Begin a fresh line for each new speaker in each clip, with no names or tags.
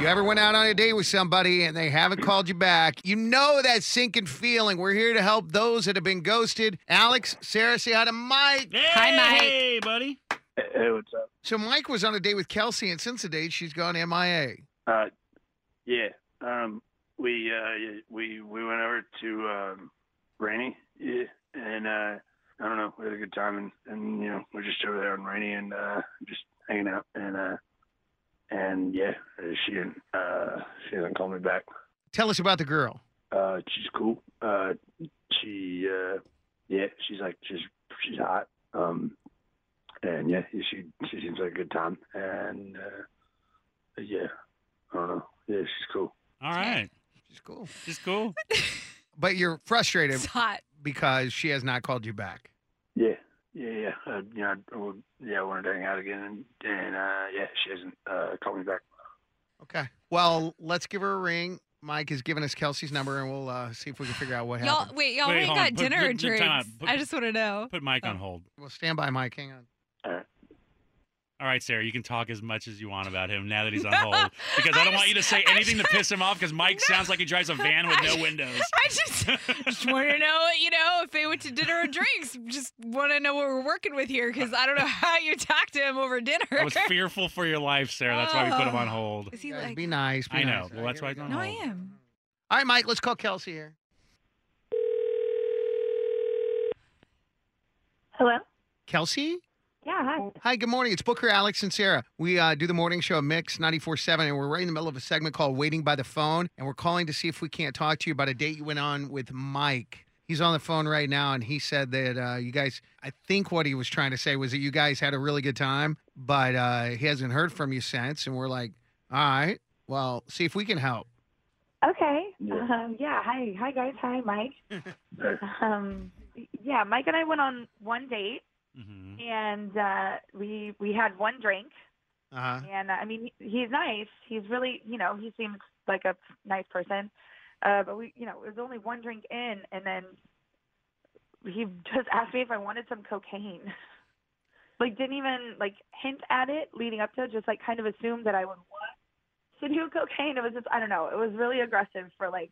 You ever went out on a date with somebody and they haven't called you back? You know that sinking feeling. We're here to help those that have been ghosted. Alex, Sarah, say hi to Mike.
Hi, Mike.
Hey, buddy.
Hey, what's up?
So Mike was on a date with Kelsey, and since the date, she's gone MIA.
Uh, yeah, um, we uh, we we went over to um, Rainy, yeah, and uh, I don't know, we had a good time, and, and you know, we're just over there on Rainy and uh, just hanging out, and uh, and yeah, she didn't uh, she didn't call me back.
Tell us about the girl.
Uh, she's cool. Uh, she uh, yeah, she's like she's she's hot. Um, and yeah, she she seems like a good time, and uh, yeah, I don't know, yeah, she's cool.
All right.
She's cool.
Just cool.
But you're frustrated
It's hot.
because she has not called you back.
Yeah, yeah, yeah. Uh, you know, I, well, yeah, I wanted to hang out again, and, and uh, yeah, she hasn't uh, called me back.
Okay. Well, let's give her a ring. Mike has given us Kelsey's number, and we'll uh, see if we can figure out what
Y'all,
happened.
wait, y'all
Wait,
ain't
hold
got
on. Put-
dinner
put-
or
time
drinks.
out. Put-
I just want to know.
Put Mike on hold.
Well, stand by, Mike. Hang on.
All right, Sarah, you can talk as much as you want about him now that he's on hold because I don't want you to say
I'm
anything to
try-
piss him off because Mike
No.
sounds like he drives a van with
I-
no windows.
I just, just want to know, you know, if they went to dinner or drinks. Just want to know what we're working with here because I don't know how you talk to him over dinner.
I was fearful for your life, Sarah. That's why we put him on hold.
Is he
Guys,
like?
be nice. be
I
nice.
know.
All
Well, that's
here
why
we
it's
go.
on
no, I
hold.
am.
All right, Mike, let's call Kelsey here.
Hello?
Kelsey?
Yeah, hi.
Hi, good morning. It's Booker, Alex, and Sarah. We uh, do the morning show at Mix 94.7, and we're right in the middle of a segment called Waiting by the Phone, and we're calling to see if we can't talk to you about a date you went on with Mike. He's on the phone right now, and he said that uh, you guys, I think what he was trying to say was that you guys had a really good time, but uh, he hasn't heard from you since, and we're like, all right, well, see if we can help.
Okay.
Yeah.
Um, yeah, hi. Hi, guys. Hi, Mike.
Hey.
Um, yeah, Mike and I went on one date,
Mhm.
and uh, we we had one drink.
Uh-huh.
And uh, I mean, he- he's nice. He's really, you know, he seems like a nice person. Uh, but we, you know, it was only one drink in, and then he just asked me if I wanted some cocaine. like, didn't even like hint at it leading up to it. Just like kind of assumed that I would want to do cocaine. It was just, I don't know. It was really aggressive for like,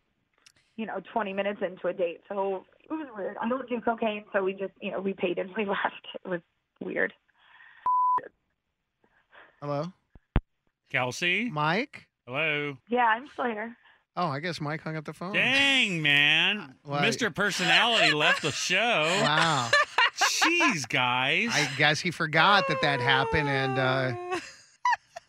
you know, 20 minutes into a date. So it was weird. I don't do cocaine, so we just, you know, we paid and we left. It was weird.
Hello?
Kelsey?
Mike?
Hello?
Yeah, I'm still here.
Oh, I guess Mike hung up the phone.
Dang, man.
Why?
Mr. Personality left the show.
Wow.
Jeez, guys.
I guess he forgot that that happened, and uh,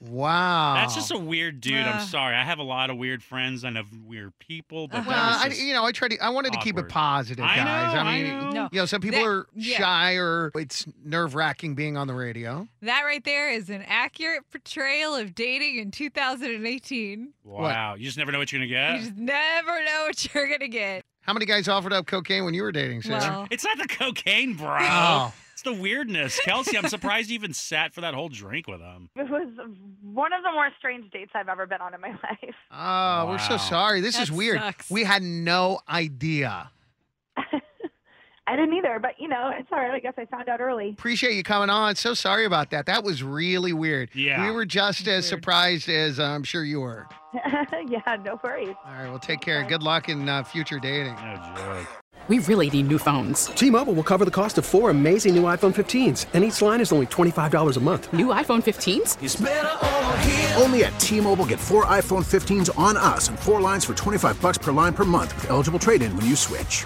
wow.
That's just a weird dude.
Uh.
I'm sorry. I have a lot of weird friends. I know weird people, but that
Well,
was
I,
just-
you know, I tried to. I wanted to keep it
awkward.
positive,
I
guys.
know, I
mean,
know.
No.
you know, some people
That-
are
yeah.
shy or it's nerve wracking being on the radio.
That right there is an accurate portrayal of dating in 2018.
wow. You just never know what you're gonna get.
You just never know what you're gonna get.
How many guys offered up cocaine when you were dating, Sarah?
Well,
It's not the cocaine, bro.
Oh,
It's the weirdness, Kelsey. I'm surprised you even sat for that whole drink with him.
It was one of the more strange dates I've ever been on in my life.
oh, we're so
Wow.
sorry. This is
That
weird.
sucks.
We had no idea.
I didn't either, but you know, it's all right. I guess I found out early.
Appreciate you coming on. So sorry about that. That was really weird.
Yeah.
We were just as
Weird.
surprised as I'm sure you were.
yeah, no worries.
All right, well, take care and good luck in uh, future dating.
No joke.
We really need new phones.
T-Mobile will cover the cost of four amazing new iPhone 15s, and each line is only $25 a month.
New iPhone 15s?
Only at T-Mobile get four iPhone 15s on us and four lines for 25 bucks per line per month with eligible trade-in when you switch.